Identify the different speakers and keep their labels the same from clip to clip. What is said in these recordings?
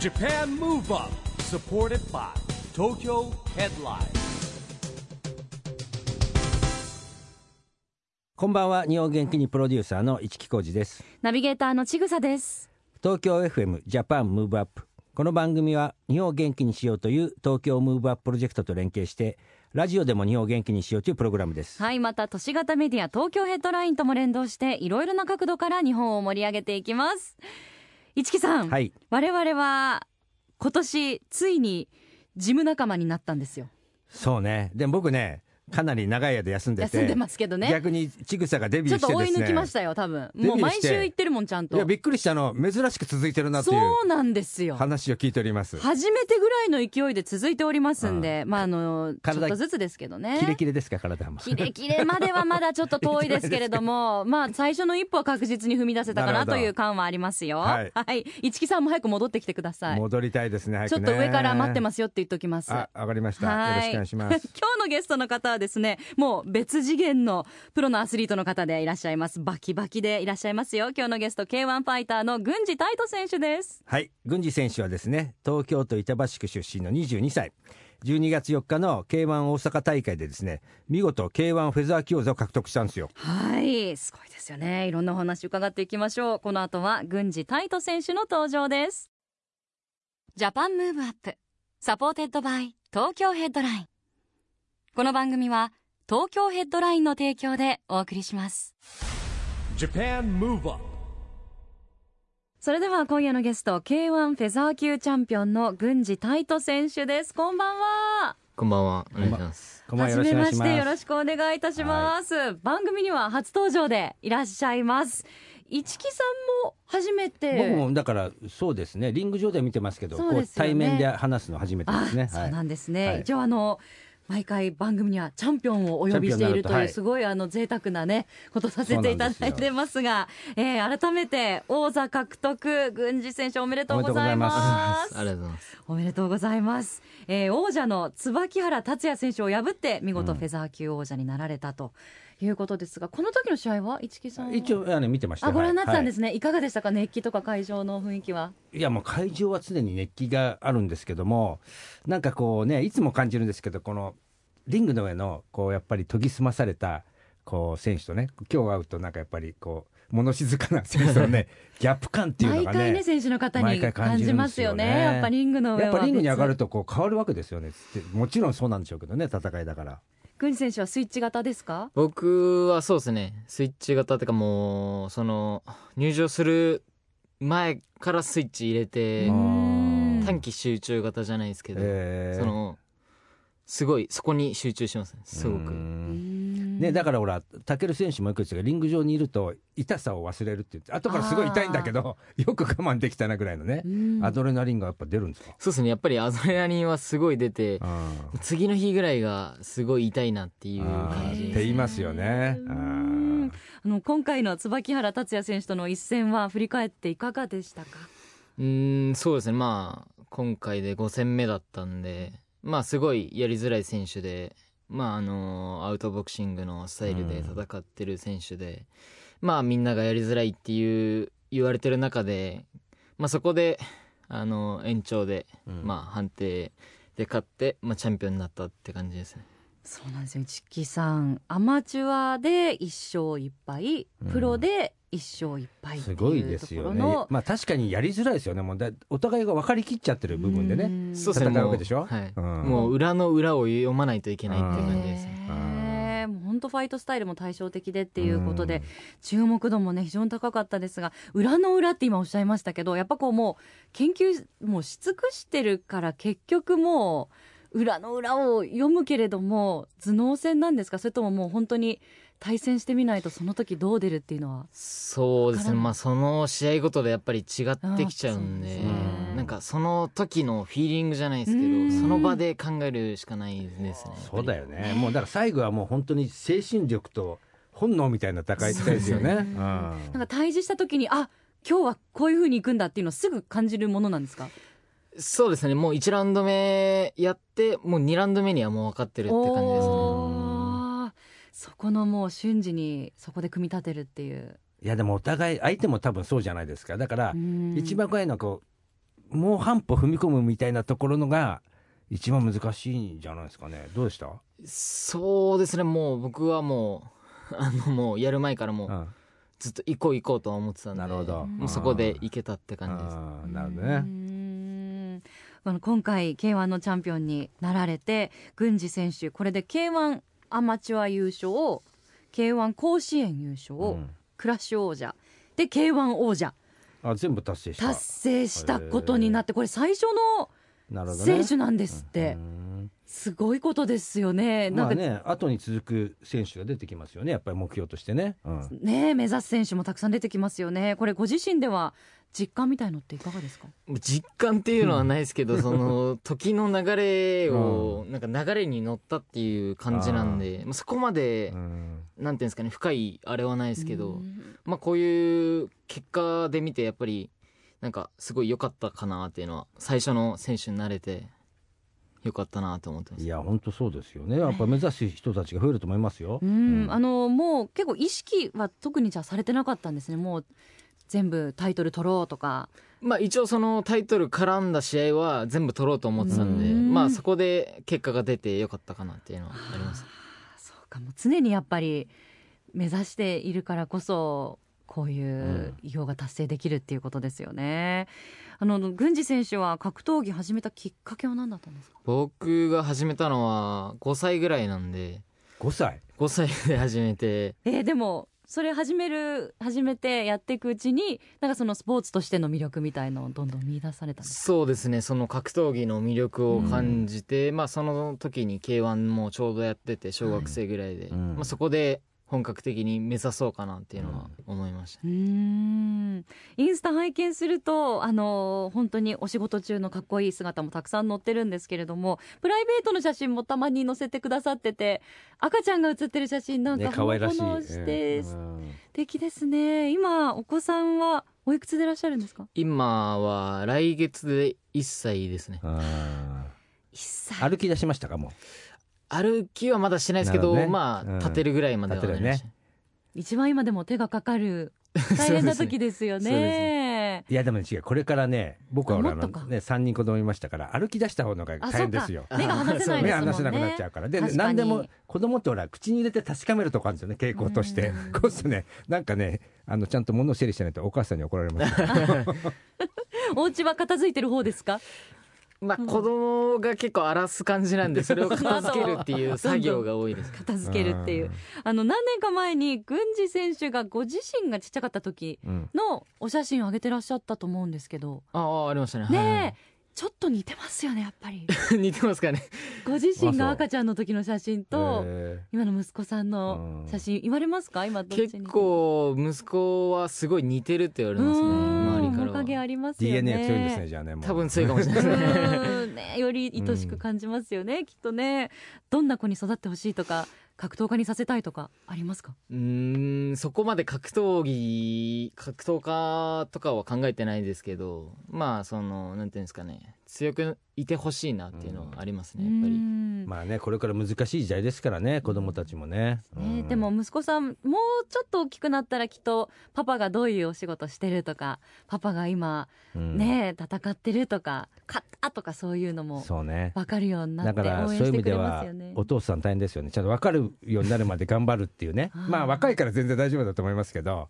Speaker 1: Japan Move Up supported by Tokyo Headline
Speaker 2: こんばんは日本元気にプロデューサーの市木浩司です
Speaker 3: ナビゲーターのちぐさです。
Speaker 2: 東京 FM ジャパンムーブアップこの番組は日本を元気にしようという東京ムーブアッププロジェクトと連携してラジオでも日本を元気にしようというプログラムです、
Speaker 3: はい、また都市型メディア東京ヘッドラインとも連動して、いろいろな角度から日本を盛り上げていきます。一木さん、
Speaker 2: はい
Speaker 3: 我々は今年ついにジム仲間になったんですよ。
Speaker 2: そうねでも僕ねかなり長い間休んでて
Speaker 3: 休んでますけどね。
Speaker 2: 逆にちぐさがデビュ
Speaker 3: ち
Speaker 2: ー
Speaker 3: ょっ
Speaker 2: し
Speaker 3: と
Speaker 2: て
Speaker 3: 追
Speaker 2: で
Speaker 3: い
Speaker 2: す
Speaker 3: 抜
Speaker 2: ね
Speaker 3: きましたよ、多分。
Speaker 2: デビュー
Speaker 3: もう毎
Speaker 2: して
Speaker 3: 週行ってるもん、ちゃんと
Speaker 2: いや。びっくりしたあの珍しく続いてるなっていう
Speaker 3: そうなんですよ。
Speaker 2: 話を聞いております
Speaker 3: 初めてぐらいの勢いで続いておりますんで、まああのちょ
Speaker 2: 体
Speaker 3: っとずつですけどね。
Speaker 2: キレキレですか体 も
Speaker 3: キレキレまではまだちょっと遠いですけれども、まあ最初の一歩は確実に踏み出せたか
Speaker 2: なる
Speaker 3: な
Speaker 2: ほど
Speaker 3: という感はありますよ。
Speaker 2: はい
Speaker 3: 一木さんも早く戻ってきてください。
Speaker 2: 戻りたいですね早
Speaker 3: ち
Speaker 2: く
Speaker 3: ょっ
Speaker 2: ね
Speaker 3: と上から待ってますよって言っときます。
Speaker 2: あ、わかりました
Speaker 3: は
Speaker 2: よろしくお願いします
Speaker 3: 今日のゲストの方はですね、もう別次元のプロのアスリートの方でいらっしゃいます。バキバキでいらっしゃいますよ。今日のゲスト K1 ファイターの郡司泰斗選手です。
Speaker 2: はい、郡司選手はですね、東京都板橋区出身の22歳。12月4日の K1 大阪大会でですね、見事 K1 フェザー級王座を獲得したんですよ。
Speaker 3: はい、すごいですよね。いろんなお話伺っていきましょう。この後は郡司泰斗選手の登場です。ジャパンムーブアップサポーテッドバイ東京ヘッドライン。この番組は東京ヘッドラインの提供でお送りします。
Speaker 1: Japan Move Up
Speaker 3: それでは今夜のゲスト K1 フェザー級チャンピオンの郡司泰斗選手です。こんばんは。
Speaker 4: こんばんは。お願いします。
Speaker 2: こんばんはよ
Speaker 3: はじ
Speaker 2: ろしくお願いし
Speaker 3: めましてよ
Speaker 2: ま
Speaker 3: ろ
Speaker 2: す。
Speaker 3: しくお願いいたします、番組には初登場でいらっしゃいます一木さんも初めて
Speaker 2: 僕もだからそうですね、リング上では見てますけど、
Speaker 3: そう
Speaker 2: こ
Speaker 3: で
Speaker 2: う
Speaker 3: すよね
Speaker 2: 対面で話すの初めてですね。
Speaker 3: あそうなんですね、
Speaker 2: はい
Speaker 3: 一応あの毎回番組にはチャンピオンをお呼びして
Speaker 2: チャ
Speaker 3: いると
Speaker 2: ンピオンにな
Speaker 3: いう
Speaker 2: ると
Speaker 3: すごいあの贅沢なねことさせていただいてますがえー改めて王座獲得郡司選手おめでとうございま
Speaker 4: ありが
Speaker 3: す
Speaker 4: とうございます。
Speaker 3: おめでとうございます、えー王者の椿原達也選手を破って見事フェザー級王者になられたということですがこの時の試合は市木さん
Speaker 2: は、
Speaker 3: はい
Speaker 2: 一応あの見てました、
Speaker 3: あご覧になってたんですすね、い、かがでしたか熱気とか会場の雰囲気は
Speaker 2: はいいやもう会場は常に熱気があるんですけどもなんかこうねいつも感じるんですけどこのリングの上のこうやっぱり研ぎ澄まされたこう選手とね今日会うとなんかやっぱりこう物静かな選手の ねギャップ感っていうの
Speaker 3: 毎
Speaker 2: が
Speaker 3: 回ね選手の方に
Speaker 2: 毎回
Speaker 3: 感
Speaker 2: 感
Speaker 3: じ
Speaker 2: じるんですよね
Speaker 3: ますよねやっぱリングの上
Speaker 2: や
Speaker 3: は
Speaker 2: っぱリングに上が
Speaker 3: 別
Speaker 2: るとこう変わるわけですよねつってもちろんそうなんでしょうけどね戦いだから
Speaker 3: 郡司選手はスイッチ型ですか
Speaker 4: 僕はそうですね。スイッチ型ってかもう、その、入場する前からスイッチ入れて
Speaker 3: う、ん
Speaker 4: 短期集中型じゃないですけど、
Speaker 2: えー
Speaker 4: その、すごい、そこに集中しますね。すご
Speaker 2: う
Speaker 4: く。
Speaker 2: ん
Speaker 3: ね
Speaker 2: ね、だからほら武尊選手もよく言ってたけどリング上にいると痛さを忘れるって言って後からすごい痛いんだけどよく我慢できたなぐらいのねアドレナリンがやっぱ出るんですか、
Speaker 4: そうですね。やっぱりアドレナリンはすごい出て、
Speaker 2: うん
Speaker 4: 次の日ぐらいがすごい痛いなっていう
Speaker 2: あ
Speaker 4: 感
Speaker 2: ー
Speaker 4: じ
Speaker 2: っ
Speaker 4: で
Speaker 2: て
Speaker 4: す。
Speaker 2: 言いますよね。あー
Speaker 3: あの今回の椿原達也選手との一戦は振り返っていかがでしたか
Speaker 4: うーん、そうですね。まあ、今回で5戦目だったんで、まあ、すごいやりづらい選手で、まあ、あの、アウトボクシングのスタイルで
Speaker 2: うん
Speaker 4: 戦ってる選手で、まあ、みんながやりづらいっていう、言われてる中で、まあ、そこで、あの、延長で、まあ、判定で勝って、まあ、チャンピオンになったって感じですね。
Speaker 3: そうなんですよ一木さんアマチュアで1勝1敗プロで1勝1敗って
Speaker 2: す
Speaker 3: いう
Speaker 2: ごいです
Speaker 3: とこ
Speaker 2: よ
Speaker 3: ろ
Speaker 2: ね
Speaker 3: の。
Speaker 2: まあ確かにやりづらいですよね。もうだお互いが分かりきっちゃってる部分でね。
Speaker 3: ね
Speaker 4: そうですね。
Speaker 2: 戦うわ
Speaker 4: も
Speaker 2: けでしょ
Speaker 4: はい。
Speaker 2: うん
Speaker 4: もう、裏の裏を読まないといけないっていう感じですね。
Speaker 3: へえもう本当ファイトスタイルも対照的でっていうこと
Speaker 2: う
Speaker 3: で
Speaker 2: ん
Speaker 3: 注目度もね非常に高かったですが裏の裏って今おっしゃいましたけどやっぱこうもう研究もうし尽くしてるから結局もう裏の裏を読むけれども頭脳戦なんですかそれとももう本当に対戦してみないとその時どう出るっていうのは。
Speaker 4: そうです
Speaker 3: わから
Speaker 4: ね、
Speaker 3: ない
Speaker 4: まあ、その試合ごとでやっぱり違ってきちゃうん
Speaker 3: あー
Speaker 4: で
Speaker 3: そうです
Speaker 2: ね
Speaker 4: うんなんかその時のフィーリングじゃないですけ
Speaker 3: うん
Speaker 4: どその場で考えるしかないですね
Speaker 2: そうだよ
Speaker 4: ね
Speaker 2: ね。もうだから最後はもう本当に精神力と本能みたいな戦いですよね。うん
Speaker 3: なんか対峙した時にあ今日はこういう風に行くんだっていうのをすぐ感じるものなんですか
Speaker 4: そうですねもう1ラウンド目やってもう2ラウンド目にはもう分かってるって感じですね
Speaker 3: おーそこのもう瞬時にそこで組み立てるっていう。
Speaker 2: いやでもお互い相手も多分そうじゃないですか。だから
Speaker 3: うん
Speaker 2: 一番怖いのはこう。もう半歩踏み込むみたいなところのが一番難しいんじゃないですかねどうでした、
Speaker 4: そうですねもう僕はもう あのもうやる前からも
Speaker 2: う
Speaker 4: うんずっと行こう行こうとは思ってたんで
Speaker 2: なるほど
Speaker 4: もうそこで行けたって感じです
Speaker 2: あーなるほどね
Speaker 3: うーんあの今回 K1 のチャンピオンになられて郡司選手これで K1 アマチュア優勝 K1 甲子園優勝、
Speaker 2: うん
Speaker 3: クラッシュ王者で K1 王者
Speaker 2: あ全部達成した
Speaker 3: 達成したことになってこれ最初
Speaker 2: なる
Speaker 3: の
Speaker 2: ほどね
Speaker 3: 選手なんですって
Speaker 2: うん
Speaker 3: すごいことですよね。な
Speaker 2: まあ
Speaker 3: んか
Speaker 2: ね後に続く選手が出てきますよねやっぱり目標としてね、うん
Speaker 3: ねえ目指す選手もたくさん出てきますよね。これご自身では実感みたいのっていかがですか。
Speaker 4: もう実感っていうのはないですけど、その時の流れを、なんか流れに乗ったっていう感じなんで、まあ、そこまで、
Speaker 2: うん
Speaker 4: なんていうんですかね深いあれはないですけど、
Speaker 3: うん
Speaker 4: まあこういう結果で見てやっぱりなんかすごい良かったかなっていうのは最初の選手になれて良かったなと思ってます
Speaker 2: いや本当そうですよねやっぱ目指す人たちが増えると思いますよ、
Speaker 3: うん、あのもう結構意識は特にじゃあされてなかったんですね。もう全部タイトル取ろうとか。
Speaker 4: まあ一応そのタイトル絡んだ試合は全部取ろうと思ってたんで、
Speaker 3: うん
Speaker 4: まあそこで結果が出て良かったかなっていうのはあります
Speaker 3: そうかもう常にやっぱり目指しているからこそこういう偉業が達成できるっていうことですよね。あの郡司選手は格闘技始めたきっかけは何だったんですか。
Speaker 4: 僕が始めたのは5歳ぐらいなんで
Speaker 2: 5歳
Speaker 4: 5歳で始めて
Speaker 3: えーでもそれ始める始めてやっていくうちになんかそのスポーツとしての魅力みたいのをどんどん見出されたんです。
Speaker 4: そうですねその格闘技の魅力を感じて、まあその時に k 1もちょうどやってて小学生ぐらいで、
Speaker 2: いうん
Speaker 4: まあ、そこで本格的に目指そうかなっていうのは思いました、
Speaker 3: うーんインスタ拝見するとあの本当にお仕事中のかっこいい姿もたくさん載ってるんですけれどもプライベートの写真もたまに載せてくださってて赤ちゃんが写ってる写真なん
Speaker 2: ね
Speaker 3: か
Speaker 2: 可
Speaker 3: ほ
Speaker 2: 愛ら
Speaker 3: の
Speaker 2: しい、
Speaker 3: ぼのして素
Speaker 2: うん
Speaker 3: 敵ですね今お子さんはおいくつでいらっしゃるんですか
Speaker 4: 今は来月で1歳ですね
Speaker 2: あ
Speaker 3: 1歳
Speaker 2: ー歩き出しましたかも
Speaker 4: 歩きはまだしてないですけど
Speaker 2: なるほどね
Speaker 4: ま
Speaker 2: うん
Speaker 4: あ立てるぐらいまではなりました、
Speaker 3: 一番今でも手がかかる 大変な時ですよね
Speaker 4: そうです
Speaker 2: ういやでもね違うこれからね僕はほらあ
Speaker 3: あ
Speaker 2: の
Speaker 3: もっとか
Speaker 2: ね3人子供いましたから歩き出した方のが
Speaker 3: あ
Speaker 2: 大
Speaker 3: そっ
Speaker 2: 変で
Speaker 3: か
Speaker 2: すよ
Speaker 3: 目が離せない
Speaker 2: 目
Speaker 3: ですもんね
Speaker 2: 離せなくなっちゃうからで
Speaker 3: 確かに
Speaker 2: 何でも子供ってほら口に入れて確かめるとこあるんですよね傾向として
Speaker 3: うん
Speaker 2: こうするとねなんかねあのちゃんと物を整理してないとお母さんに怒られます よ
Speaker 3: お家は片付いてる方ですか
Speaker 4: まあ子供が結構荒らす感じなんでそれを片付けるって いう作業が多いです
Speaker 3: 片付けるっていう
Speaker 2: うん
Speaker 3: あの何年か前に郡司選手がご自身がちっちゃかった時
Speaker 2: うん
Speaker 3: のお写真を上げてらっしゃったと思うんですけど
Speaker 4: ああありましたねはいはい
Speaker 3: ね えちょっと似てますよねやっぱり
Speaker 4: 似てますかね
Speaker 3: ご自身が赤ちゃんの時の写真と
Speaker 2: へ
Speaker 3: 今の息子さんの写真言われますか今どっちに
Speaker 4: 結構息子はすごい似てるって言わ
Speaker 3: う
Speaker 4: れ
Speaker 3: ー
Speaker 4: ますね
Speaker 3: ん
Speaker 4: 周りか
Speaker 3: 面影
Speaker 4: らは
Speaker 3: ありま
Speaker 2: ー
Speaker 3: すよね
Speaker 2: DNA が強いんですねじゃあねもう
Speaker 4: 多分強いかもしれな
Speaker 3: う
Speaker 4: いですね
Speaker 3: ーんねより愛しく感じますよね、きっとねどんな子に育ってほしいとか格闘家にさせたいとかありますか
Speaker 4: うーんそこまで格闘技格闘家とかは考えてないですけどまあそのなんていうんですかね強くいてほしいなっていうのはありますねやっぱ
Speaker 3: うー
Speaker 4: り
Speaker 3: ん
Speaker 2: まあねこれから難しい時代ですからね子供たちもねう
Speaker 3: ね、
Speaker 2: ん
Speaker 3: でも息子さんもうちょっと大きくなったらきっとパパがどういうお仕事してるとかパパが今
Speaker 2: うん
Speaker 3: ね、戦ってるとか勝ったとかそういうのも
Speaker 2: そうね
Speaker 3: 分かるようにな
Speaker 2: だ
Speaker 3: って
Speaker 2: か
Speaker 3: 応
Speaker 2: らそう
Speaker 3: 援
Speaker 2: いう意
Speaker 3: して
Speaker 2: 味
Speaker 3: く
Speaker 2: で
Speaker 3: れます
Speaker 2: は
Speaker 3: よね。
Speaker 2: お父さん大変ですよねちゃんと分かるようになるまで頑張るっていうね
Speaker 3: あー
Speaker 2: まあ若いから全然大丈夫だと思いますけど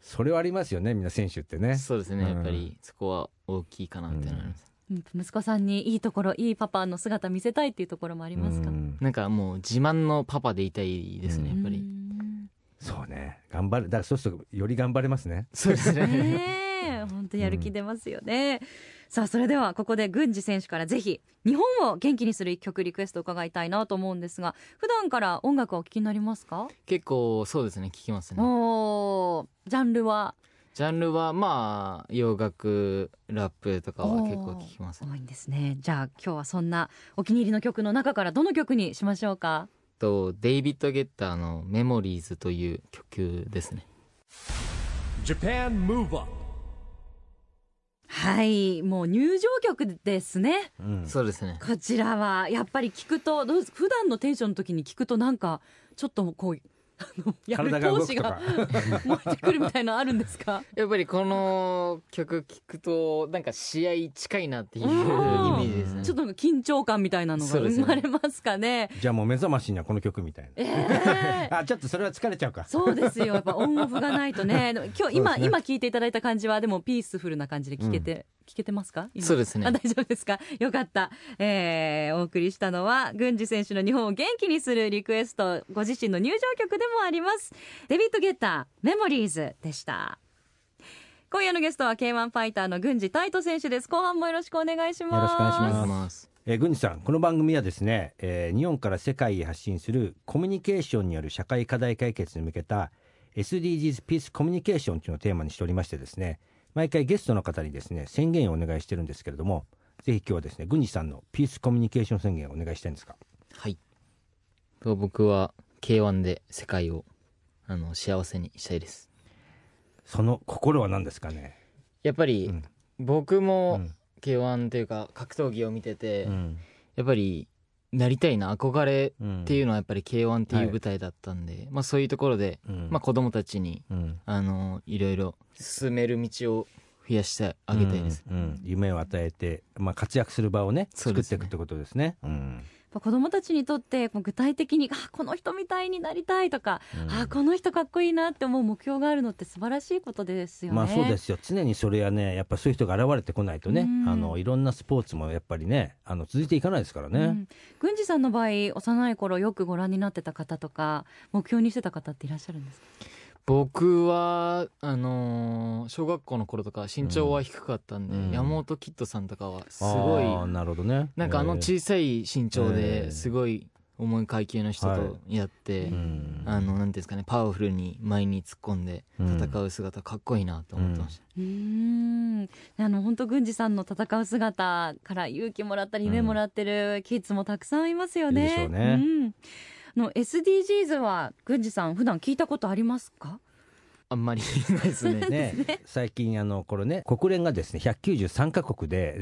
Speaker 2: それはありますよねみんな選手ってね
Speaker 4: そうですねやっぱりそこは大きいかなっていうのはあります
Speaker 3: うん息子さんにいいところいいパパの姿見せたいっていうところもありますか、
Speaker 2: うん
Speaker 4: なんかもう自慢のパパでいたいですねやっぱ
Speaker 3: う
Speaker 4: り
Speaker 3: ん
Speaker 2: そうね頑張るだからそうするとより頑張れますね
Speaker 4: そうですね
Speaker 3: ねえ本当やる気出ますよね、さあそれではここで郡司選手からぜひ日本を元気にする一曲リクエストを伺いたいなと思うんですが普段から音楽はお聴きになりますか、
Speaker 4: 結構そうですね聞きますね
Speaker 3: おージャンルは
Speaker 4: ジャンルはまあ洋楽ラップとかは結構聞きますね
Speaker 3: 多いんですねじゃあ今日はそんなお気に入りの曲の中からどの曲にしましょうか
Speaker 4: とデイビッド・ゲッターの「メモリーズ」という曲ですね
Speaker 1: Japan Move Up
Speaker 3: はいもう入場曲ですね
Speaker 2: うん
Speaker 4: そうですね
Speaker 3: こちらはやっぱり聞くとどうです普段のテンションの時に聞くとなんかちょっとこうあのやる
Speaker 2: 体が動
Speaker 3: 闘
Speaker 2: く
Speaker 3: 志
Speaker 2: と
Speaker 3: が
Speaker 2: か
Speaker 3: 燃えてくるみたいなのあるんですか
Speaker 4: やっぱりこの曲聞くとなんか試合近いなっていうイメ
Speaker 3: うん
Speaker 4: ージですね
Speaker 3: ちょっとなんか緊張感みたいなのが
Speaker 4: そうです
Speaker 3: 生
Speaker 4: ね
Speaker 3: まれますかね。
Speaker 2: じゃあもう目覚ましにはこの曲みたい
Speaker 3: ええ
Speaker 2: なあちょっとそれは疲れちゃうか
Speaker 3: そうですよ。やっぱオンオフがないと ね。でも今日、今、今聞いていただいた感じは、でもピースフルな感じで聞けて、聞けてますか今
Speaker 4: そうですね
Speaker 3: あ大丈夫ですかよかった。えー、お送りしたのは、郡司選手の日本を元気にするリクエスト、ご自身の入場曲でもあります。デビッド・ゲッター、メモリーズでした。今夜のゲストは K1 ファイターの郡司タイト選手です。後半もよろしくお願いします。
Speaker 2: よろしくお願いし
Speaker 4: お願い
Speaker 2: ま
Speaker 4: します
Speaker 2: えー、郡司さん、この番組はですね、えー日本から世界へ発信するコミュニケーションによる社会課題解決に向けた SDGs ピースコミュニケーションというのをテーマにしておりましてですね、毎回ゲストの方にですね、宣言をお願いしてるんですけれども、ぜひ今日はですね、郡司さんのピースコミュニケーション宣言をお願いしたいんですが、
Speaker 4: はいと僕は K1 で世界をあの幸せにしたいです
Speaker 2: その心は何ですかね。
Speaker 4: やっぱり、
Speaker 2: うん
Speaker 4: 僕
Speaker 2: う
Speaker 4: も
Speaker 2: ん
Speaker 4: K1 というか格闘技を見てて、
Speaker 2: うん。
Speaker 4: やっぱりなりたいな憧れ
Speaker 2: うん
Speaker 4: っていうのはやっぱり K1 って
Speaker 2: はいいう
Speaker 4: 舞台だったんで、まあそういうところで、
Speaker 2: うん
Speaker 4: まあ子供たちに
Speaker 2: うん。
Speaker 4: あのいろいろ進める道を増やしてあげたいです、
Speaker 2: うん。うん夢を与えて、まあ活躍する場をね、
Speaker 4: そう
Speaker 2: 作
Speaker 4: で
Speaker 2: っ
Speaker 4: す
Speaker 2: てい
Speaker 4: ね
Speaker 2: くってことですね。うん。
Speaker 3: やっぱ子供たちにとってこう具体的にあこの人みたいになりたいとか、あこの人かっこいいなって思う目標があるのって素晴らしいことですよね。
Speaker 2: まあそうですよ常にそれはねやっぱそういう人が現れてこないとね
Speaker 3: うん
Speaker 2: あのいろんなスポーツもやっぱりねあの続いていかないですからね、
Speaker 3: うん郡司さんの場合幼い頃よくご覧になってた方とか目標にしてた方っていらっしゃるんですか
Speaker 4: 僕はあのー小学校の頃とか身長は低かったんで、
Speaker 2: うん
Speaker 4: 山本キッドさんとかはす
Speaker 2: あ
Speaker 4: ごい
Speaker 2: ーなるほどね
Speaker 4: なんかあの
Speaker 2: えー
Speaker 4: 小さい身長
Speaker 2: えー
Speaker 4: ですごい重い階級の人とやって、
Speaker 2: うん
Speaker 4: あのなんていうんですかねパワフルに前に突っ込んで戦う姿かっこいいなと思ってました、
Speaker 3: うーんあの本当郡司さんの戦う姿から勇気もらったり夢もらってるキッズもたくさんいますよね。
Speaker 2: いるでしょうね
Speaker 3: うんあの SDGs は郡司さん普段聞いたことありますか
Speaker 4: あんまりないです ね
Speaker 2: ね、最近あのこれね国連がですね193カ国で、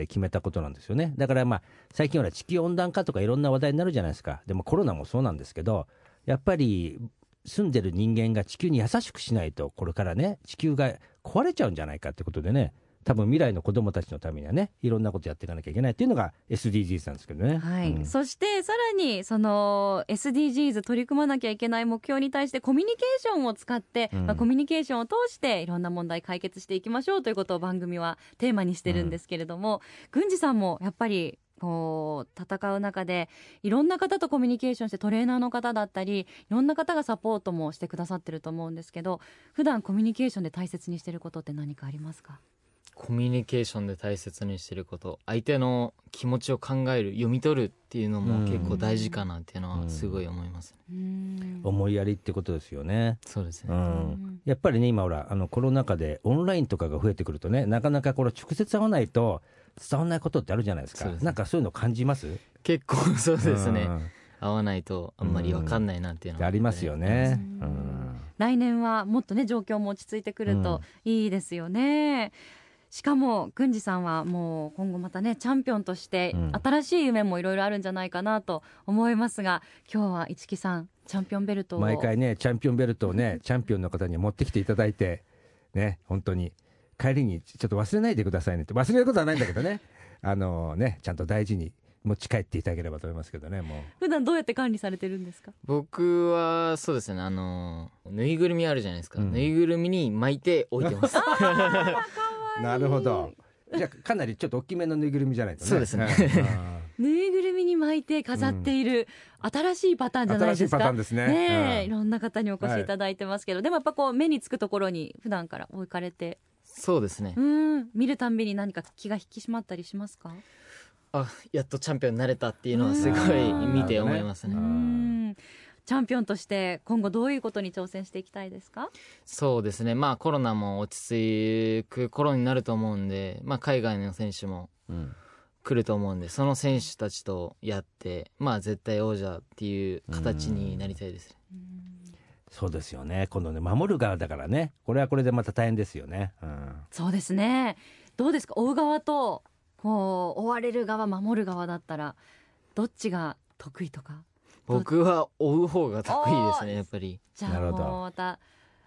Speaker 2: えー決めたことなんですよねだからまあ最近ほら地球温暖化とかいろんな話題になるじゃないですかでもコロナもそうなんですけどやっぱり住んでる人間が地球に優しくしないとこれからね地球が壊れちゃうんじゃないかってことでね多分未来の子供たちのためにはねいろんなことやっていかなきゃいけないっていうのが SDGs なんですけどね。
Speaker 3: はい、
Speaker 2: うん
Speaker 3: そしてさらにその SDGs 取り組まなきゃいけない目標に対してコミュニケーションを使って、
Speaker 2: うん
Speaker 3: まあ、コミュニケーションを通していろんな問題解決していきましょうということを番組はテーマにしてるんですけれども、郡司さんもやっぱりこう戦う中でいろんな方とコミュニケーションしてトレーナーの方だったりいろんな方がサポートもしてくださってると思うんですけど普段コミュニケーションで大切にしてることって何かありますか
Speaker 4: コミュニケーションで大切にしてること相手の気持ちを考える読み取るっていうのも結構大事かなっていうのはすごい思います、ね
Speaker 3: うーん
Speaker 2: 思いやりってことですよね。
Speaker 4: そうです
Speaker 2: う
Speaker 4: ね、
Speaker 2: ん、やっぱりね今ほらあのコロナ禍でオンラインとかが増えてくるとねなかなかこれ直接会わないと伝わらないことってあるじゃないですか
Speaker 4: そうですね
Speaker 2: なんかそういうの感じます
Speaker 4: 結構そうですね、
Speaker 2: ん
Speaker 4: 合わないとあんまり分かんないなっていうのは
Speaker 2: ありますよね、う
Speaker 3: うん
Speaker 2: ん
Speaker 3: 来年はもっとね状況も落ち着いてくるといいですよね。しかも郡司さんはもう今後またねチャンピオンとして
Speaker 2: うん
Speaker 3: 新しい夢もいろいろあるんじゃないかなと思いますが今日は市木さんチャンピオンベルトを
Speaker 2: 毎回ねチャンピオンベルトをねチャンピオンの方には持ってきていただいてね本当に帰りにちょっと忘れないでくださいねって忘れることはないんだけど ねあのねちゃんと大事に持ち帰っていただければと思いますけどねもう
Speaker 3: 普段どうやって管理されてるんですか
Speaker 4: 僕はそうですねあのぬいぐるみあるじゃないですか、
Speaker 2: うん
Speaker 4: ぬいぐるみに巻いて置いてます
Speaker 2: なるほどじゃあかなりちょっと大きめのぬいぐるみじゃないとね
Speaker 4: そうですね
Speaker 2: んうん
Speaker 3: ぬいぐるみに巻いて飾っている新しいパターンじゃないです
Speaker 2: 新し
Speaker 3: か、
Speaker 2: いパターンですね
Speaker 3: ねえ
Speaker 2: うん
Speaker 3: いろんな方にお越しいただいてますけど、でもやっぱこう目につくところに普段から置かれて
Speaker 4: そうですね
Speaker 3: うん見るたんびに何か気が引き締まったりしますか
Speaker 4: あやっとチャンピオンになれたっていうの はすごい
Speaker 2: うん
Speaker 4: 見て思いますね
Speaker 2: う
Speaker 3: うんんチャンピオンとして今後どういうことに挑戦していきたいですか
Speaker 4: そうですねまあコロナも落ち着く頃になると思うんで、まあ、海外の選手も
Speaker 2: うん
Speaker 4: 来ると思うんでその選手たちとやってまあ絶対王者っていう形になりたいですね
Speaker 2: そうですよね今度ね守る側だからねこれはこれでまた大変ですよね、うん、
Speaker 3: そうですねどうですか追う側とこう追われる側守る側だったらどっちが得意とか
Speaker 4: 僕は追う方が得意ですねやっぱり
Speaker 3: じゃ
Speaker 2: な
Speaker 3: あ
Speaker 2: るほど
Speaker 3: もうまた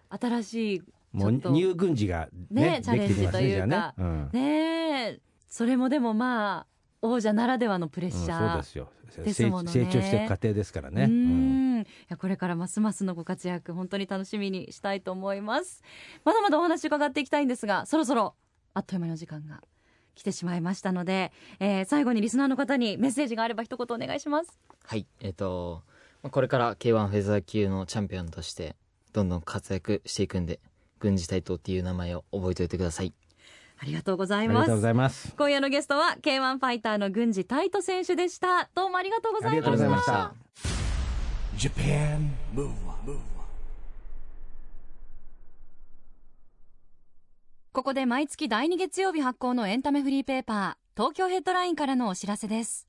Speaker 3: 新しい
Speaker 2: もう
Speaker 3: ちょっと
Speaker 2: ニュー軍事がね
Speaker 3: ねチャレンジ
Speaker 2: できてきます
Speaker 3: と
Speaker 2: ね
Speaker 3: いうか
Speaker 2: じゃあねうん
Speaker 3: ねえそれもでもまあ王者ならではのプレッ
Speaker 2: うん
Speaker 3: シャ
Speaker 2: そう
Speaker 3: ー、
Speaker 2: ですよ
Speaker 3: ですものね
Speaker 2: 成成長していく過程ですからね
Speaker 3: うー
Speaker 2: うん
Speaker 3: んいやこれからますますのご活躍本当に楽しみにしたいと思いますまだまだお話伺っていきたいんですがそろそろあっという間の時間が来てしまいましたので、えー最後にリスナーの方にメッセージがあれば一言お願いします
Speaker 4: はいえっ、とまあこれから K1 フェザー級のチャンピオンとしてどんどん活躍していくんで軍事対等っていう名前を覚えておいてください
Speaker 3: ありがとうござ
Speaker 2: あり
Speaker 3: い
Speaker 2: が
Speaker 3: ます
Speaker 2: とうございます
Speaker 3: 今夜のゲストは K1 ファイターの郡司泰斗選手でしたどうもありがとうござい
Speaker 2: ありがとう
Speaker 3: ま
Speaker 2: ござい
Speaker 3: し
Speaker 2: ましたた
Speaker 1: Japan Move Up
Speaker 3: ここで毎月第2月曜日発行のエンタメフリーペーパー、東京ヘッドラインからのお知らせです。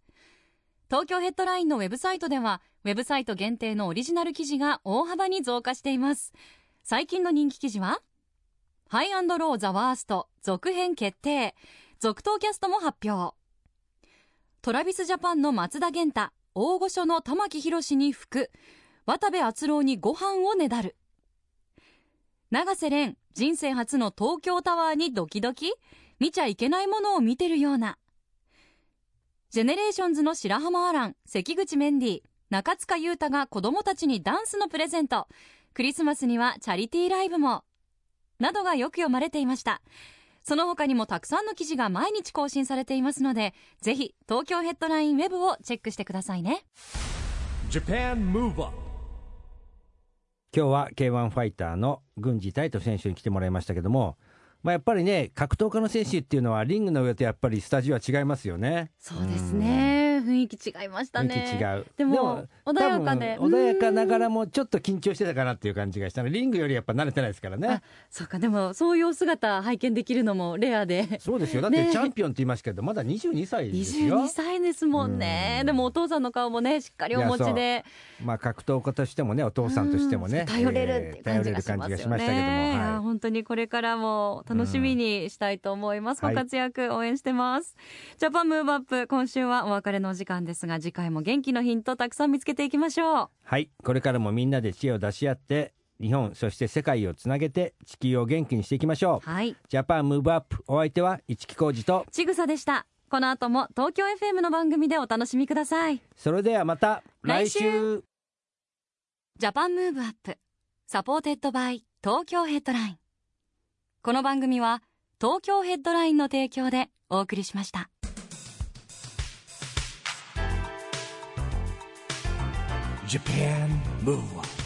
Speaker 3: 東京ヘッドラインのウェブサイトでは、ウェブサイト限定のオリジナル記事が大幅に増加しています。最近の人気記事は、ハイローザワースト続編決定、続投キャストも発表。トラビスジャパンの松田元太、大御所の玉木宏に服、渡部篤郎にご飯をねだる。永瀬廉人生初の東京タワーにドキドキ見ちゃいけないものを見てるようなジェネレーションズの白浜アラン関口メンディー中塚裕太が子供たちにダンスのプレゼントクリスマスにはチャリティーライブもなどがよく読まれていましたその他にもたくさんの記事が毎日更新されていますのでぜひ東京ヘッドラインウェブをチェックしてくださいね
Speaker 1: Japan Move Up
Speaker 2: 今日は K1 ファイターの郡司泰斗選手に来てもらいましたけども、まあ、やっぱりね格闘家の選手っていうのはリングの上とやっぱりスタジオは違いますよね。
Speaker 3: そうですね雰囲気違いました
Speaker 2: 雰囲
Speaker 3: ね
Speaker 2: 気違う
Speaker 3: でも穏やかで
Speaker 2: 多分穏やかながらもちょっと緊張してたかなっていう感じがしたのリングよりやっぱ慣れてないですからね
Speaker 3: あそうかでもそういうお姿拝見できるのもレアで
Speaker 2: そうですよだっ
Speaker 3: ね
Speaker 2: て
Speaker 3: え
Speaker 2: チャンピオンって言いますけどまだ22歳ですよ
Speaker 3: 22歳ですもんねでもお父さんの顔もねしっかりお持ちで
Speaker 2: まあ格闘家としてもねお父さんとしてもね、
Speaker 3: うん頼れるっていう感じが
Speaker 2: えー頼れる感
Speaker 3: し
Speaker 2: じが
Speaker 3: ます
Speaker 2: し
Speaker 3: よ
Speaker 2: ましたけど
Speaker 3: ねい
Speaker 2: も、
Speaker 3: や
Speaker 2: はい
Speaker 3: 本当にこれからも楽しみにしたいと思います
Speaker 2: うん
Speaker 3: ご活躍応援してますジャパンムーブアップ今週はお別れのお時間ですが次回も元気のヒントたくさん見つけていきましょう
Speaker 2: はい、これからもみんなで知恵を出し合って日本そして世界をつなげて地球を元気にしていきましょう。
Speaker 3: はい
Speaker 2: ジャパンムーブアップお相手は市木浩二と
Speaker 3: ちぐさでしたこの後も東京 FM の番組でお楽しみください
Speaker 2: それではまた
Speaker 3: 来週
Speaker 2: 来週
Speaker 3: ジャパンムーブアップサポーテッドバイ東京ヘッドラインこの番組は東京ヘッドラインの提供でお送りしました。
Speaker 1: Japan Move Up